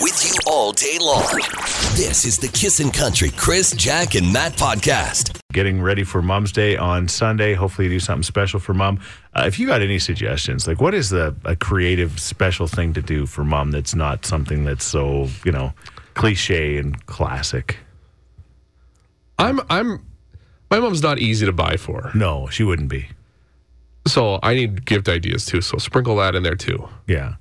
with you all day long. This is the Kissin' Country Chris, Jack, and Matt podcast. getting ready for Mom's Day on Sunday. Hopefully, you do something special for Mom. Uh, if you got any suggestions, like what is the a creative special thing to do for Mom that's not something that's so you know cliche and classic? I'm I'm my mom's not easy to buy for. No, she wouldn't be. So I need gift ideas too. So sprinkle that in there too. Yeah,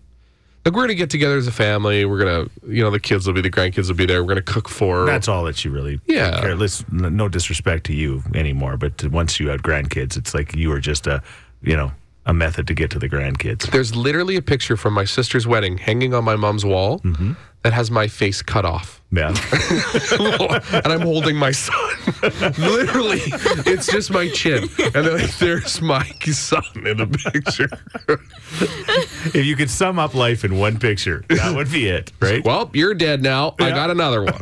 Like we're gonna get together as a family. We're gonna you know, the kids will be the grandkids will be there. We're gonna cook for that's all that she really. Yeah. Care. Listen, n- no disrespect to you anymore, but to- once you had grandkids, it's like you are just a you know a method to get to the grandkids. there's literally a picture from my sister's wedding hanging on my mom's wall that has my face cut off. Yeah. and I'm holding my son. literally, it's just my chin. And then there's my son in the picture. if you could sum up life in one picture, that would be it, right? well, you're dead now. I got another one.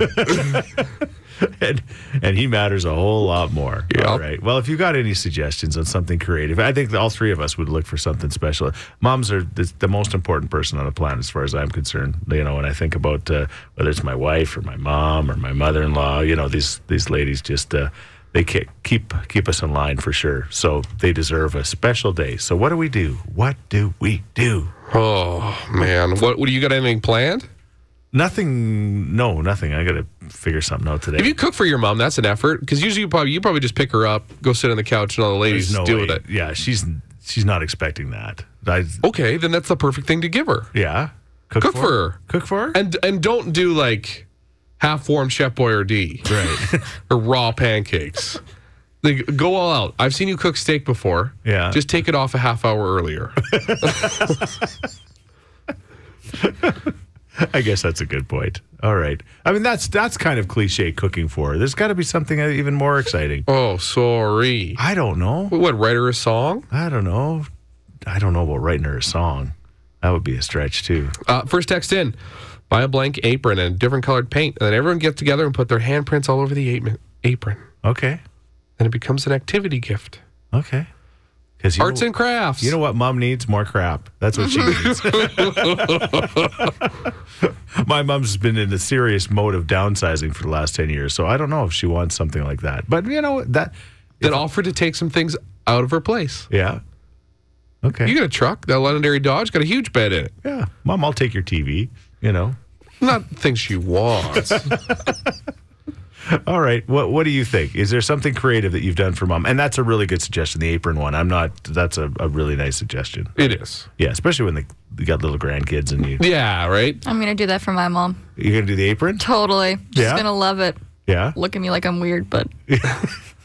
and, and he matters a whole lot more. Yeah. All right. Well, if you got any suggestions on something creative, I think all three of us would look for something special. Moms are the, the most important person on the planet, as far as I'm concerned. You know, when I think about uh, whether it's my wife or my mom or my mother-in-law, you know, these these ladies just. Uh, they ke- keep keep us in line for sure, so they deserve a special day. So what do we do? What do we do? Oh man, what? What do you got? Anything planned? Nothing. No, nothing. I got to figure something out today. If you cook for your mom, that's an effort because usually you probably you probably just pick her up, go sit on the couch, and all the ladies There's no deal way- with it. Yeah, she's she's not expecting that. I, Okay, then that's the perfect thing to give her. Yeah. Cook for her. Cook for her? And and don't do like half warm Chef Boyardee right. or raw pancakes. Like, go all out. I've seen you cook steak before. Yeah. Just take it off a half hour earlier. I guess that's a good point. All right. I mean, that's that's kind of cliche cooking for her. There's got to be something even more exciting. oh, sorry. I don't know. What, what? Write her a song. I don't know. I don't know about writing her a song. That would be a stretch too. Uh, first text in. Buy a blank apron and different colored paint, and then everyone get together and put their handprints all over the apron. Apron. Okay. and it becomes an activity gift. Okay. Because Arts and crafts. You know what mom needs? More crap. That's what she needs. Mm-hmm. My mom's been in a serious mode of downsizing for the last 10 years, so I don't know if she wants something like that. But you know, that that offered to take some things out of her place. yeah. Okay. You got a truck, that legendary Dodge got a huge bed in it. Yeah, mom, I'll take your TV. You know. Not things she wants. All right. What What do you think? Is there something creative that you've done for mom? And that's a really good suggestion. The apron one. I'm not. That's a, a really nice suggestion. it is. Yeah, especially when they, you got little grandkids and you Yeah, right? I'm gonna do that for my mom. you're gonna do the apron. Totally. She's Yeah? gonna love it. Yeah, Look at me like I'm weird, but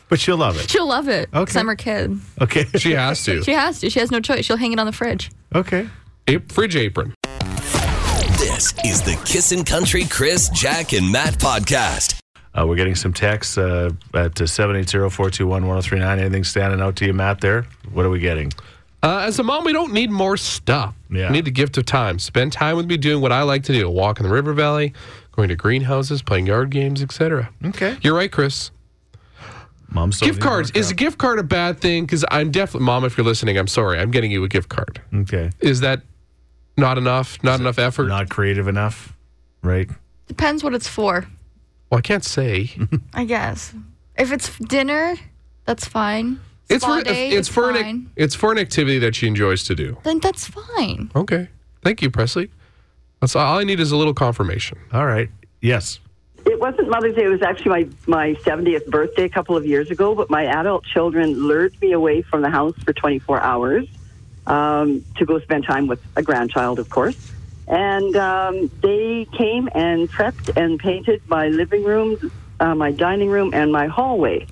but she'll love it. she'll love it. Okay. 'cause I'm her kid. Okay. She has to. She has to. She has no choice. She'll hang it on the fridge. Okay. A- fridge apron. This is the Kissin' Country Chris, Jack, and Matt podcast. Uh, we're getting some texts uh, at 780-421-1039. Anything standing out to you, Matt? There. What are we getting? Uh, as a mom, we don't need more stuff. Yeah. We need the gift of time. Spend time with me doing what I like to do. Walk in the river valley, going to greenhouses, playing yard games, etc. Okay. You're right, Chris. Mom's still gift needing more cards. Is a gift card a bad thing? Because I'm definitely, mom, if you're listening, I'm sorry. I'm getting you a gift card. crap. okay. is that not enough? Not enough effort? Not creative enough, right? Depends what it's for, well, I can't say. I guess. If it's dinner, that's fine. it's Spa for day, it's, for an ac- fine. it's for an activity that she enjoys to do. Then that's fine. Okay, thank you, Presley. That's all I need is a little confirmation. All right. Yes. It wasn't Mother's Day. It was actually my, my 70th birthday a couple of years ago, but my adult children lured me away from the house for 24 hours um, to go spend time with a grandchild, of course. And um, they came and prepped and painted my living room, uh, my dining room, and my hallway.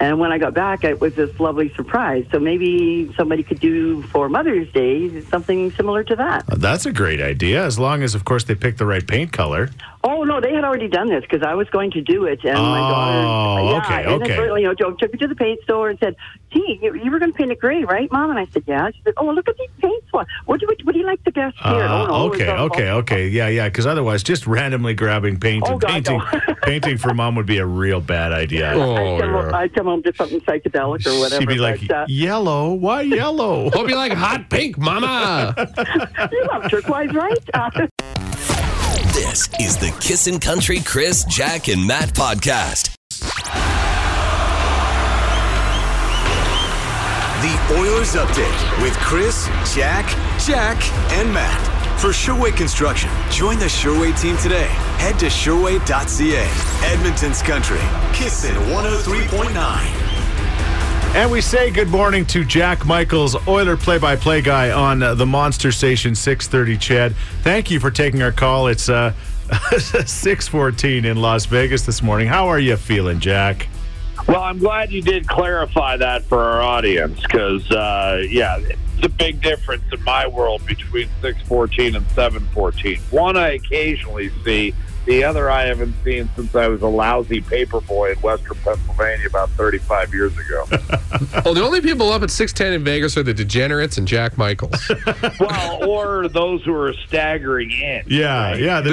And when I got back, it was this lovely surprise. So maybe somebody could do for Mother's Day something similar to that. Uh, That's a great idea, as long as, of course, they pick the right paint color. Oh no, they had already done this because I was going to do it, and my Oh, daughter, yeah, okay, and okay. then you know, Joe took me to the paint store and said, "Gee, you, you were going to paint it gray, right, Mom?" And I said, "Yeah." She said, "Oh, look at these paint swatches. What do, what, do you like the best Uh, here?" oh, no, it was okay, all- okay, okay. Yeah, yeah. Because otherwise, just randomly grabbing paint Oh, and God, painting, no. painting for mom would be a real bad idea. Oh, I'd come, home, yeah. I'd come home to something psychedelic or whatever. She'd be like, but, uh, "Yellow? Why yellow?" Hope you like hot pink, Mama. "You love turquoise, right?" Uh, This This is the Kissin' Country Chris, Jack, and Matt podcast. The Oilers Update with Chris, Jack, Jack, and Matt. For Sherway Construction, join the Sherway team today. Head to sherway.ca. Edmonton's country. oh Kissin' 103.9. And we say good morning to Jack Michaels, Oiler play-by-play guy on uh, the Monster Station 630 Chad. Thank you for taking our call. It's uh 6:14 in Las Vegas this morning. How are you feeling, Jack? Well, I'm glad you did clarify that for our audience because, uh, yeah, it's a big difference in my world between 614 and 714. One I occasionally see, the other I haven't seen since I was a lousy paper boy in Western Pennsylvania about 35 years ago. Well, the only people up at 610 in Vegas are the degenerates and Jack Michaels. well, or those who are staggering in. Yeah, yeah, The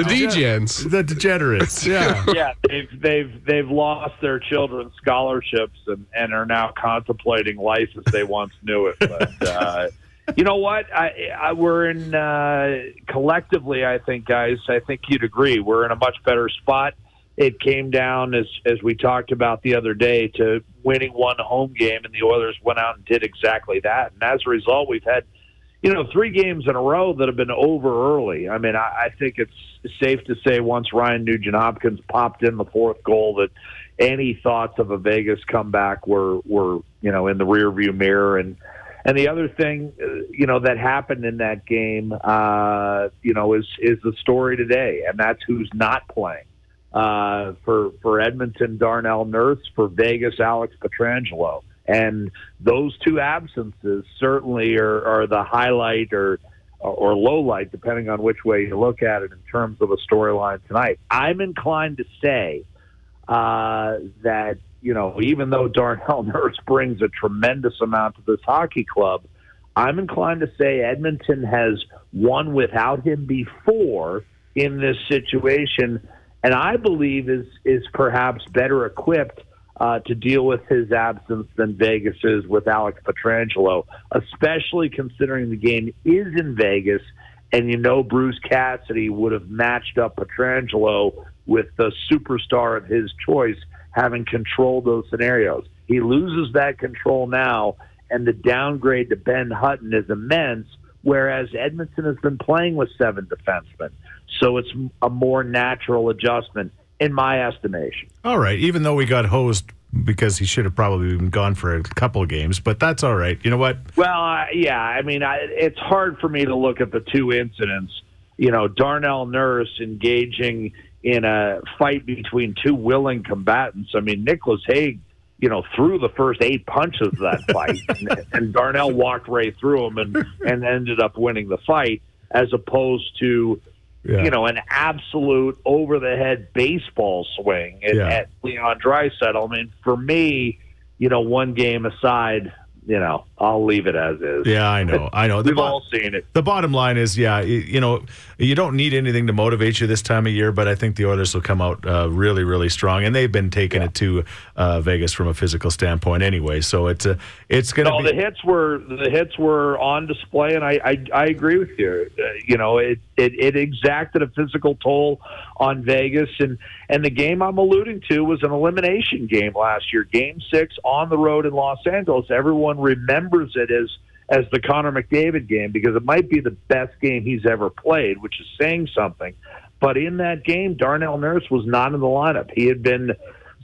degens. the degenerates. Yeah. yeah, they've they've they've lost their children's scholarships and and are now contemplating life as they once knew it. But uh, you know what? I, I we're in uh, collectively. I think, guys. I think you'd agree. We're in a much better spot. It came down as as we talked about the other day to winning one home game, and the Oilers went out and did exactly that. And as a result, we've had you know, three games in a row that have been over early. I mean, I, I think it's safe to say once Ryan Nugent Hopkins popped in the fourth goal that any thoughts of a Vegas comeback were were you know in the rearview mirror. And and the other thing, uh, you know, that happened in that game, uh, you know, is is the story today, and that's who's not playing. Uh, for for Edmonton, Darnell Nurse, for Vegas, Alex Petrangelo, and those two absences certainly are, are the highlight or or low light, depending on which way you look at it in terms of a storyline tonight. I'm inclined to say uh, that you know, even though Darnell Nurse brings a tremendous amount to this hockey club, I'm inclined to say Edmonton has won without him before in this situation, and I believe is is perhaps better equipped uh, to deal with his absence than Vegas is with Alex Petrangelo, especially considering the game is in Vegas, and you know Bruce Cassidy would have matched up Petrangelo with the superstar of his choice, having controlled those scenarios. He loses that control now, and the downgrade to Ben Hutton is immense. Whereas Edmondson has been playing with seven defensemen, so it's a more natural adjustment, in my estimation. All right, even though we got hosed because he should have probably been gone for a couple games, but that's all right. You know what? Well, I yeah, I mean, I, it's hard for me to look at the two incidents. You know, Darnell Nurse engaging in a fight between two willing combatants. I mean, Nicholas Haig, you know, threw the first eight punches of that fight, and, and Darnell walked right through him and and ended up winning the fight, as opposed to Yeah. you know, an absolute over the head baseball swing at, Yeah. at Leon Drysettle. I mean, for me, you know, one game aside, you know, I'll leave it as is. Yeah, I know. I know. The We've bo- all seen it. the bottom line is, yeah, y- you know, you don't need anything to motivate you this time of year, but I think the Oilers will come out uh, really, really strong, and they've been taking it to uh, Vegas from a physical standpoint anyway. So it's uh, it's going to No, be the hits were the hits were on display, and I I, I agree with you. Uh, you know, it, it it exacted a physical toll on Vegas, and and the game I'm alluding to was an elimination game last year, Game Six on the road in Los Angeles. Everyone remembers it as as the Connor McDavid game because it might be the best game he's ever played, which is saying something. But in that game, Darnell Nurse was not in the lineup. He had been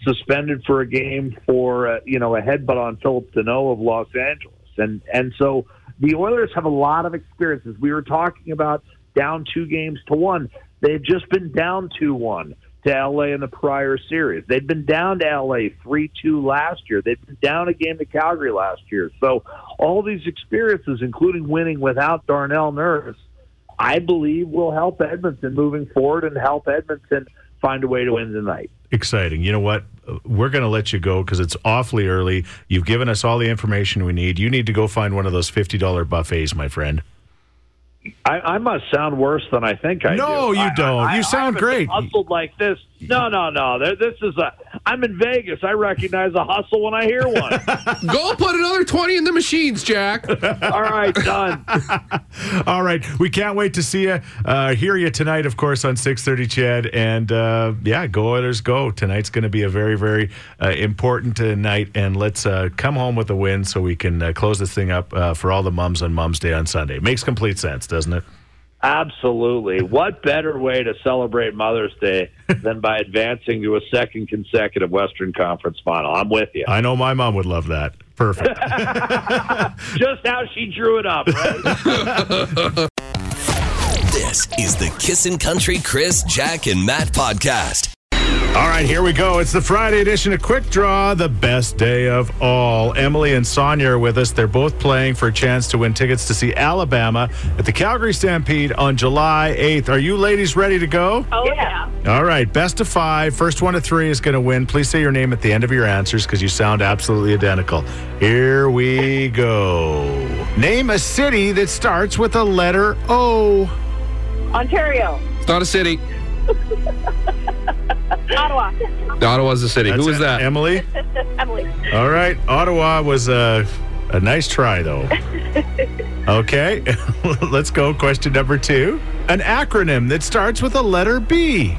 suspended for a game for uh, you know a headbutt on Philip Deneau of Los Angeles, and and so the Oilers have a lot of experiences. We were talking about down two games to one. They've just been down two one to LA in the prior series. They'd been down to LA three two last year. They've been down a game to Calgary last year. So all these experiences, including winning without Darnell Nurse. I believe will help Edmonton moving forward and help Edmonton find a way to win tonight. exciting. You know what? We're going to let you go because it's awfully early. You've given us all the information we need. You need to go find one of those fifty dollar buffets, my friend. I, I must sound worse than I think I do. No, you I- don't. I- You I sound haven't great. Been hustled like this. No, no, no. There- This is a. I'm in Vegas. I recognize a hustle when I hear one. Go put another 20 in the machines, Jack. All right, done. All right, we can't wait to see you, uh, hear you tonight, of course, on six thirty, Chad. And uh, yeah, go Oilers, go! Tonight's going to be a very, very uh, important uh, night, and let's uh, come home with a win so we can uh, close this thing up uh, for all the mums on Mums Day on Sunday. Makes complete sense, doesn't it? Absolutely. What better way to celebrate Mother's Day than by advancing to a second consecutive Western Conference final? I'm with you. I know my mom would love that. Perfect. Just how she drew it up, right? This is the Kissin' Country Chris, Jack, and Matt podcast. all right, here we go. It's the Friday edition of Quick Draw, the best day of all. Emily and Sonia are with us. They're both playing for a chance to win tickets to see Alabama at the Calgary Stampede on July 8th. Are you ladies ready to go? Oh, yeah. All right, best of five. First one to three is going to win. Please say your name at the end of your answers because you sound absolutely identical. Here we go. Name a city that starts with a letter O. Ontario. It's not a city. Ottawa. Ottawa's a city. Who That's is it. that? Emily. Emily. All right, Ottawa was a, a nice try, though. okay, let's go. Question number two An acronym that starts with a letter B.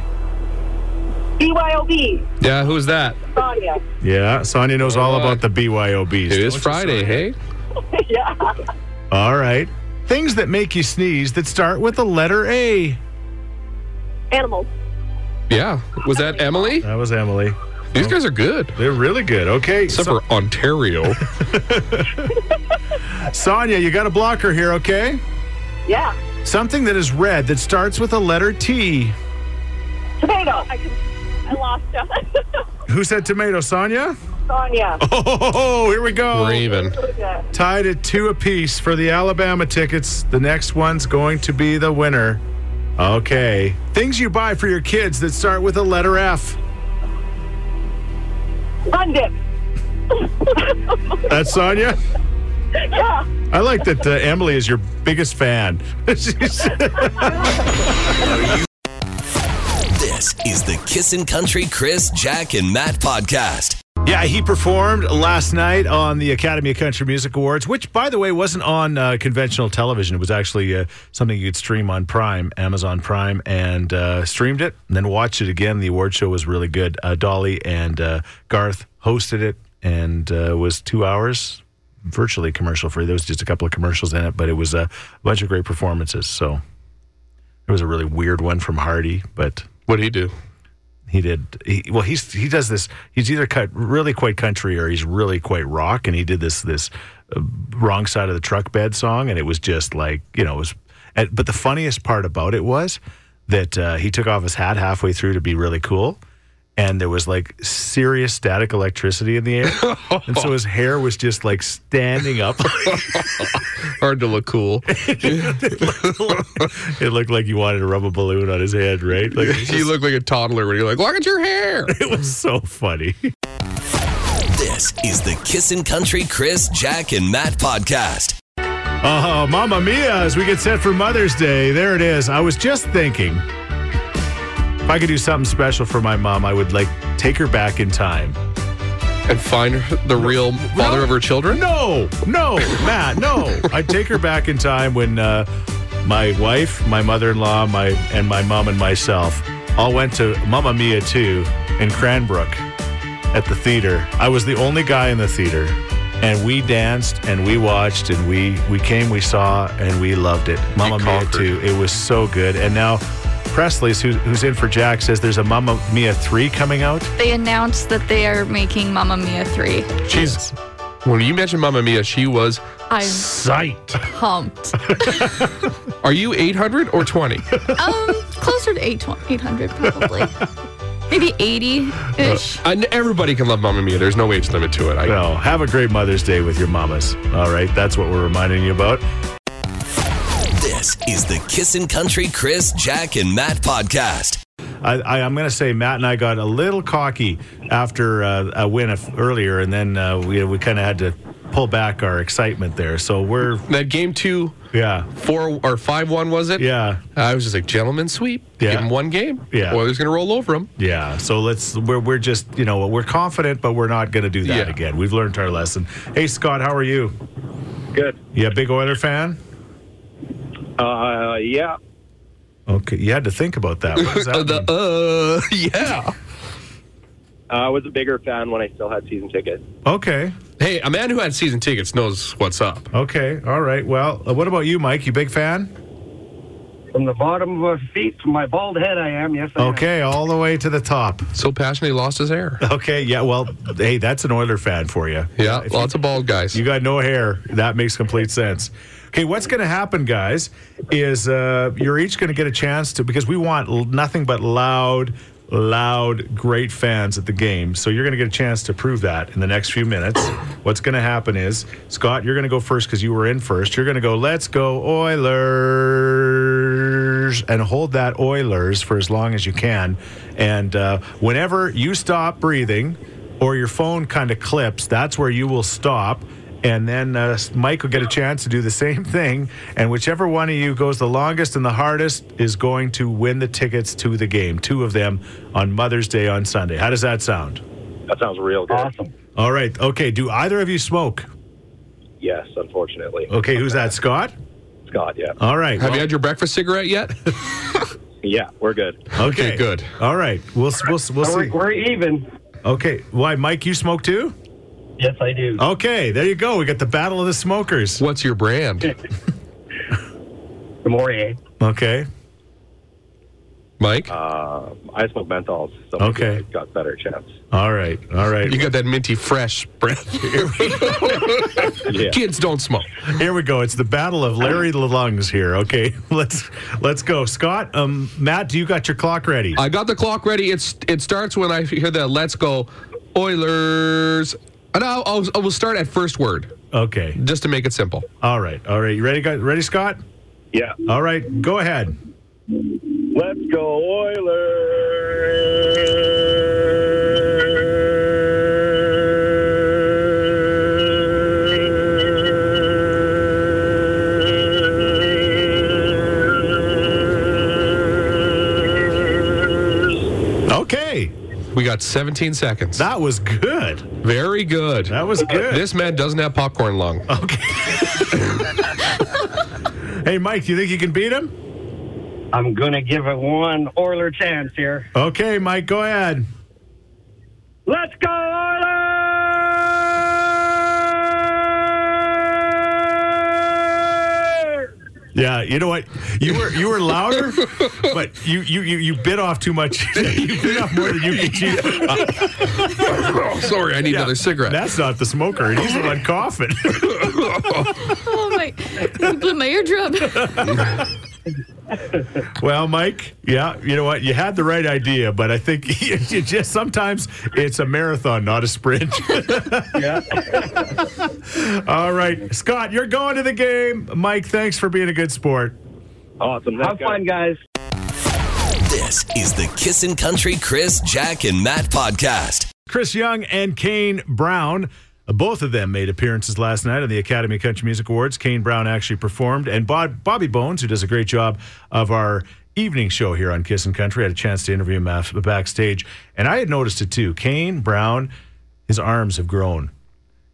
BYOB. yeah, who is that? Sonia. Yeah, Sonia knows all Uh, about the BYOBs. It don't is you, Friday, Sonia? hey? yeah. All right. Things that make you sneeze that start with the letter A. Animals. Yeah. Was that Emily? That was Emily. These guys are good. They're really good. Okay. Except for Ontario. Sonia, you got a blocker here, okay? Yeah. Something that is red that starts with a letter T. Tomato. I, can, I lost Who said tomato, Sonia? Sonia. Oh, here we go. Raven. Yeah. Tied at two apiece for the Alabama tickets. The next one's going to be the winner. Okay. Things you buy for your kids that start with a letter F. London. That's Sonia. Yeah. I like that uh, Emily is your biggest fan. She's- This is the Kissin' Country Chris, Jack, and Matt podcast. Yeah, he performed last night on the Academy of Country Music Awards, which, by the way, wasn't on uh, conventional television. It was actually uh, something you could stream on Prime, Amazon Prime, and uh, streamed it and then watched it again. The award show was really good. Uh, Dolly and uh, Garth hosted it and uh, was two hours virtually commercial free. There was just a couple of commercials in it, but it was a bunch of great performances. So there was a really weird one from Hardy, but What'd he do? he did he, well he's he does this he's either cut really quite country or he's really quite rock and he did this this uh, wrong side of the truck bed song and it was just like you know it was and, but the funniest part about it was that uh, he took off his hat halfway through to be really cool and there was like serious static electricity in the air and so his hair was just like standing up Hard to look cool. it looked like he wanted to rub a balloon on his head right like it was You look like a toddler when you're like, look at your hair. it was so funny This is the Kissin' Country Chris, Jack, and Matt podcast. Oh, Mamma Mia, as we get set for Mother's Day. There it is. I was just thinking if I could do something special for my mom, I would like take her back in time. And find her- the real father of her children? No, no, Matt, no. I'd take her back in time when uh, my wife, my mother in law, my and my mom and myself all went to Mamma Mia 2 in Cranbrook at the theater. I was the only guy in the theater. And we danced and we watched and we we came, we saw, and we loved it. Mamma Mia conquered. 2. It was so good. And now Presley's, who, who's in for Jack, says there's a Mamma Mia 3 coming out. They announced that they are making Mamma Mia 3. She's. When you mentioned Mamma Mia, she was I'm psyched. pumped. Are you 800 or 20? um, closer to 800 probably. Maybe 80 ish. I, everybody can love Mamma Mia. There's no age limit to it. I, Well, have a great Mother's Day with your mamas. All right, that's what we're reminding you about. This is the Kissin' Country Chris, Jack, and Matt podcast. I, I, I'm going to say Matt and I got a little cocky after uh, a win of, earlier, and then uh, we, we kind of had to pull back our excitement there. So we're That game two, yeah, four or five one was it? yeah, I was just like, gentlemen, sweep. Yeah. Give him one game. Yeah. Oilers gonna roll over him. yeah. So let's we're we're just you know we're confident, but we're not going to do that Yeah. again. We've learned our lesson. Hey Scott, how are you? Good. Yeah, big Oiler fan. Uh, yeah. Okay, you had to think about that. What does that Uh, mean? the, uh, yeah. I was a bigger fan when I still had season tickets. Okay, Hey, a man who had season tickets knows what's up. okay, all right. Well, uh, what about you, Mike? You big fan? From the bottom of my feet, from my bald head, I am. Yes, I am. Okay, all the way to the top. So passionate, he lost his hair. Okay, yeah. Well, hey, that's an Oiler fan for you. Yeah, If you- lots of bald guys. You got no hair. That makes complete sense. Okay, what's going to happen, guys, is uh, you're each going to get a chance to, because we want l- nothing but loud, loud, great fans at the game. So you're going to get a chance to prove that in the next few minutes. what's going to happen is, Scott, you're going to go first because you were in first. You're going to go, let's go, Oilers, and hold that Oilers for as long as you can. And uh, whenever you stop breathing, or your phone kind of clips, that's where you will stop. And then uh, Mike will get a chance to do the same thing. And whichever one of you goes the longest and the hardest is going to win the tickets to the game, two of them on Mother's Day on Sunday. How does that sound? That sounds real good. Awesome. All right. Okay. Do either of you smoke? Yes, unfortunately. Okay. Who's that? Scott? Scott, yeah. All right. Have you had your breakfast cigarette yet? Yeah, we're good. okay. okay, good. All right. We'll, s- we'll, s- we'll So see. we're, we're even. Okay. Why, Mike, you smoke too? Yes, I do. Okay. There you go. We got the battle of the smokers. What's your brand, The Laurier. Okay. Mike? Uh, Um, I smoke menthols, so Okay. maybe I got better chance. All right. All right. you got that minty fresh breath. Yeah. Kids don't smoke. Here we go. It's the battle of Larry the lungs here. Okay, let's let's go. Scott, um, Matt, do you got your clock ready? I got the clock ready. It's it starts when I hear the let's go Oilers. And I'll, I'll, I will start at first word Okay. just to make it simple. All right. All right. You ready? guys? Ready, Scott? Yeah. All right. Go ahead. Let's go Oilers. Okay. We got 17 seconds. That was good. Very good. That was good. This man doesn't have popcorn lung. hey, Mike, do you think you can beat him? I'm gonna give it one Oiler chance here. Okay, Mike, go ahead. Let's go Oilers! Yeah, you know what? You were you were louder, but you you you, you bit off too much. you bit off more than you could chew. Oh, sorry, I need another cigarette. That's not the smoker. He's the one coughing. Oh my! You blew my eardrum. Well, Mike, yeah, you know what? You had the right idea, but I think you, you just sometimes it's a marathon, not a sprint. All right, Scott, you're going to the game. Mike, thanks for being a good sport. Awesome. Have fun, guys. This is the Kissin' Country Chris, Jack, and Matt podcast. Chris Young and Kane Brown. Uh, Both of them made appearances last night at the Academy of Country Music Awards. Kane Brown actually performed, and Bob, Bobby Bones, who does a great job of our evening show here on Kiss and Country, had a chance to interview him af- backstage, and I had noticed it too. Kane Brown, his arms have grown.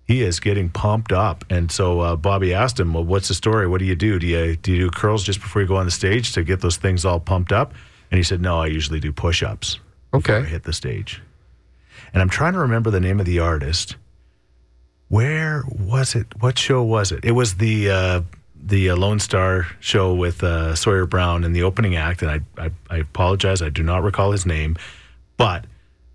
He is getting pumped up, and so uh, Bobby asked him, "Well, what's the story? What do you do? Do you do you do curls just before you go on the stage to get those things all pumped up?" And he said, "No, I usually do push-ups." I okay. hit the stage. And I'm trying to remember the name of the artist. Where was it? What show was it? It was the uh, the uh, Lone Star show with uh, Sawyer Brown in the opening act, and I, I I apologize, I do not recall his name, but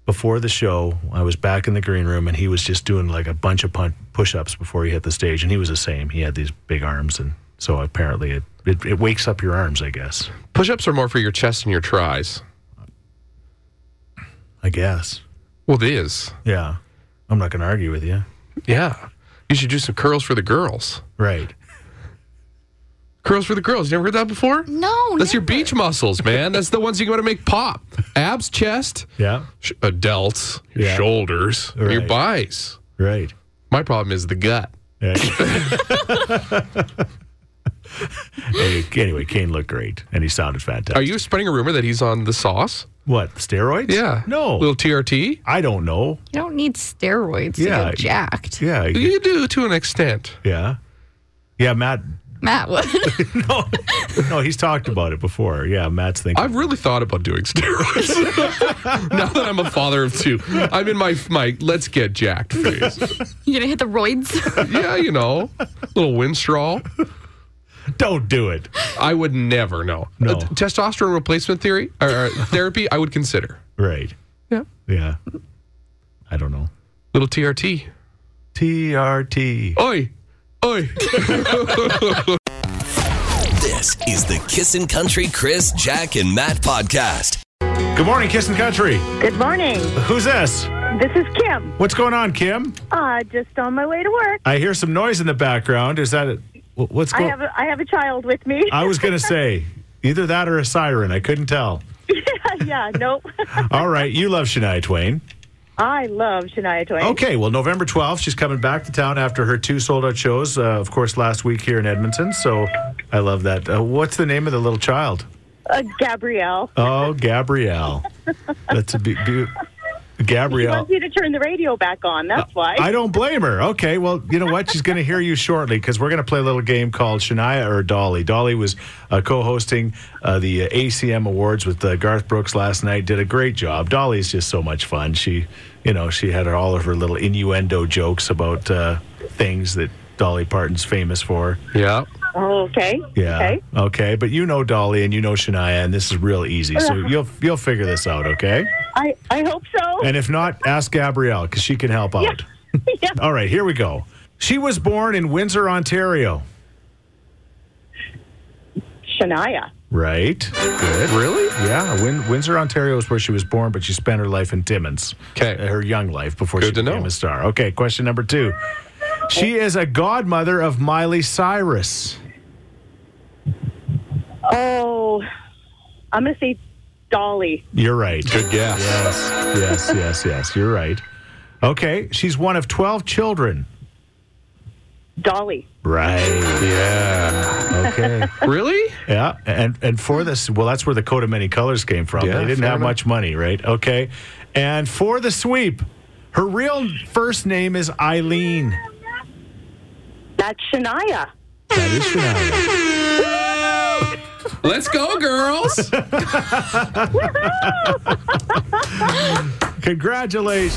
before the show, I was back in the green room, and he was just doing like a bunch of pun- push-ups before he hit the stage, and he was the same. He had these big arms, and so apparently it it, it wakes up your arms, I guess. Push ups are more for your chest and your tries. I guess, Well, it is. yeah. I'm not going to argue with you, Yeah. You should do some curls for the girls. right? Curls for the girls. You never heard that before? No, That's your never. beach muscles, man. That's the ones you want to make pop. Abs, chest, Yeah. sh- uh, delts, your Yeah. shoulders, and your Right. buys. Right. My problem is the gut. Yeah. Hey, anyway, Kane looked great, and he sounded fantastic. Are you spreading a rumor that he's on the sauce? what steroids? Yeah. no, Little TRT? I don't know. You don't need steroids Yeah. to get jacked. Yeah, I- You do to an extent. yeah, yeah. Matt, Matt would. no, no, he's talked about it before. Yeah, Matt's thinking. I've really thought about doing steroids. now that I'm a father of two, I'm in my my let's get jacked phase. you gonna hit the roids? yeah, you know, little windstraw. don't do it. I would never know. Uh, No. testosterone replacement theory or, or therapy, I would consider. Right. Yeah. Yeah. I don't know. Little TRT. TRT. Oi, oi. This is the Kissin' Country Chris, Jack, and Matt podcast. Good morning, Kissin' Country. Good morning. Who's this? This is Kim. What's going on, Kim? Uh, just on my way to work. I hear some noise in the background. Is that it? Wh- What's I going? have a, I have a child with me. I was going to say either that or a siren. I couldn't tell. yeah, nope. All right, you love Shania Twain. I love Shania Twain. Okay, well, November 12th, she's coming back to town after her two sold out shows, uh, of course, last week here in Edmonton. So I love that. Uh, what's the name of the little child? Uh, Gabrielle. Oh, Gabrielle. That's a be- be- She Gabrielle. wants me to turn the radio back on. That's why. I don't blame her. Okay, well, you know what? She's going to hear you shortly because we're going to play a little game called Shania or Dolly. Dolly was uh, co-hosting uh, the uh, ACM Awards with uh, Garth Brooks last night. Did a great job. Dolly's just so much fun. She, you know, she had all of her little innuendo jokes about uh, things that Dolly Parton's famous for. yeah. oh, okay. Yeah. Okay. Okay, but you know Dolly and you know Shania, and this is real easy. So you'll you'll figure this out, okay? I, I hope so. And if not, ask Gabrielle because she can help out. yeah. All right, here we go. She was born in Windsor, Ontario. Shania. Right. Good. Really? Yeah, Win- Windsor, Ontario is where she was born, but she spent her life in Timmins. 'Kay. Uh, Her young life before Good she to know. became a star. Okay, question number two. She is a godmother of Miley Cyrus. Oh, I'm going to say Dolly. You're right. Good guess. yes, yes, yes. You're right. Okay, she's one of 12 children. Dolly. Right. Yeah. Okay. Really? Yeah, and and for this, well, that's where the coat of many colors came from. Yeah, they didn't fair have enough. much money, right? Okay, and for the sweep, her real first name is Eileen. That's Shania. That is Shania. Let's go, girls. Congratulations!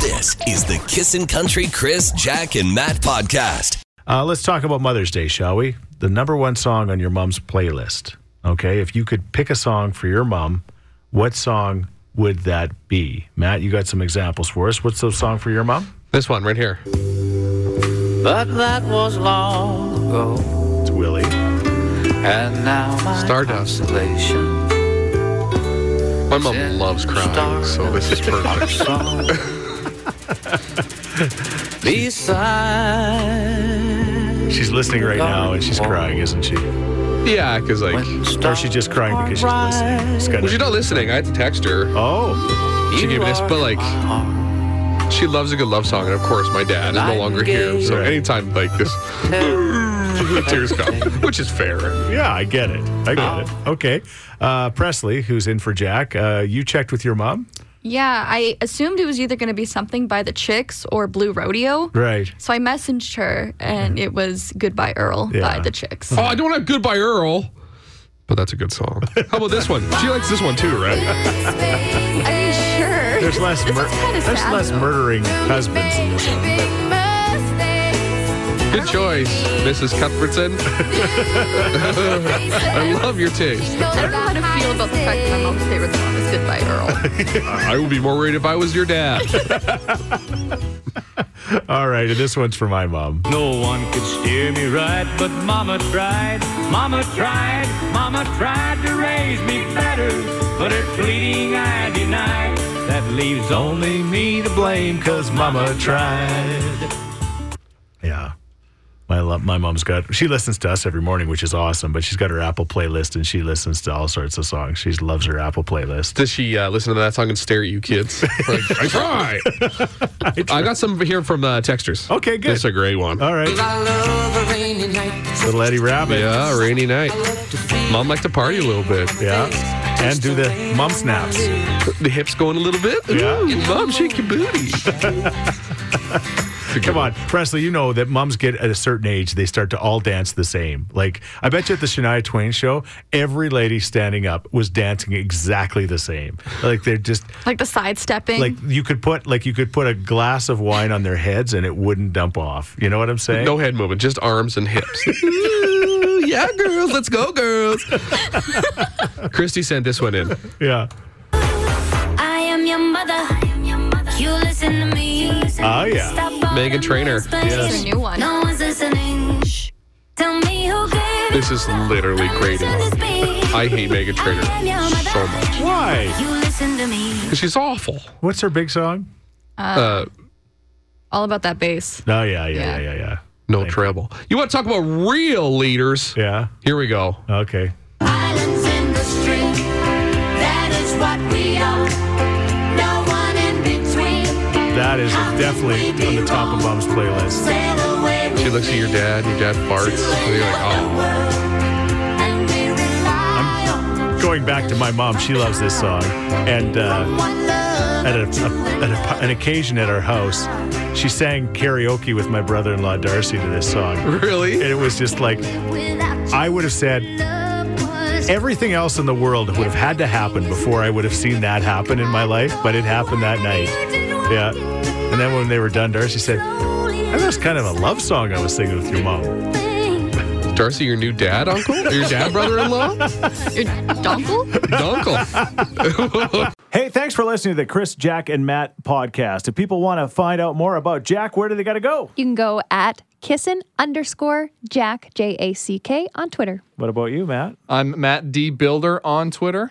This is the Kissin' Country Chris, Jack, and Matt podcast. Uh, let's talk about Mother's Day, shall we? The number one song on your mom's playlist. Okay, if you could pick a song for your mom, what song would that be? Matt, you got some examples for us. What's the song for your mom? this one right here. But that was long ago, It's Willie. and now my Stardust. consolation My mom loves crying, so this is are perfect. song. Beside She's listening right now and she's Oh. crying, isn't she? yeah, because like, Or she's just crying because she's listening. It's got well, she's not listening. I had to text her. Oh, She gave me this, but like, She loves a good love song, and of course, my dad is no longer here. So Right. anytime like this, the tears come, which is fair. yeah, I get it. I Oh. get it. Okay. Uh, Presley, who's in for Jack, uh, you checked with your mom? yeah, I assumed it was either gonna be something by the Chicks or Blue Rodeo. Right. So I messaged her, and it was "Goodbye Earl" Yeah. by the Chicks. Oh, I don't have "Goodbye Earl," but that's a good song. How about this one? She likes this one too, right? I mean, sure. There's less, This mur- is kinda there's sad, less though. murdering husbands in this one. Good choice, Mrs. Cuthbertson. I love your taste. I don't know how to feel about the fact that my mom's favorite song is "Goodbye Earl." I would be more worried if I was your dad. All right, and this one's for my mom. No one could steer me right, but Mama tried, Mama tried, Mama tried to raise me better, but her pleading I denied. That leaves only me to blame, cause Mama tried. Yeah. My lo- my mom's got she listens to us every morning, which is awesome. But she's got her Apple playlist and she listens to all sorts of songs. She loves her Apple playlist. Does she uh, listen to that song and stare at you kids? Like, I try. I, got some here from uh, texters. Okay, good. That's a great one. All right, I love a rainy night. little Eddie Rabbit. Yeah, rainy night. Mom like to party a little bit. Yeah, and do the mom snaps. The hips going a little bit. Yeah. Ooh, mom, shake your booty. Come on, Presley. You know that mums get at a certain age, they start to all dance the same. Like I bet you at the Shania Twain show, every lady standing up was dancing exactly the same. Like they're just Like the sidestepping. like you could put like you could put a glass of wine on their heads and it wouldn't dump off. You know what I'm saying? No head movement, just arms and hips. Ooh, yeah, girls, let's go, girls. Christy sent this one in. Yeah. I am your mother. You listen to me. Oh, yeah. Stop Megan Trainor. Yes. Yes. Your new one. No one's listening. Shh. Tell me who gave This is literally great. I hate Megan Trainor so much. Why? You listen to me. 'Cause She's awful. What's her big song? Uh, All about that bass. Oh yeah, yeah, yeah, Yeah. yeah, yeah. no treble. You want to talk about real leaders? Yeah. Here we go. Okay. Islands in the stream. That is what we are. No one in between. That is definitely on the top of mom's playlist. Sail away with She looks at your dad. Your dad farts. And you're like, oh. And we rely on Going back to my mom, she loves this song. And uh, one love. at, a, at a, an occasion at our house, she sang karaoke with my brother in law Darcy to this song. And "Oh, Really? it was just like, Without I would have said, love was everything else in the world would have had to happen before I would have seen that happen in my life, but it happened that night. Yeah. And then when they were done, Darcy said, "That was kind of a love song I was singing with your mom. Darcy, your new dad, uncle? Or your dad, brother in law? Your dongle? Uncle. Hey, thanks for listening to the Chris, Jack, and Matt podcast. If people want to find out more about Jack, where do they got to go? You can go at kissin underscore Jack, J A C K, on Twitter. What about you, Matt? I'm Matt D. Builder on Twitter.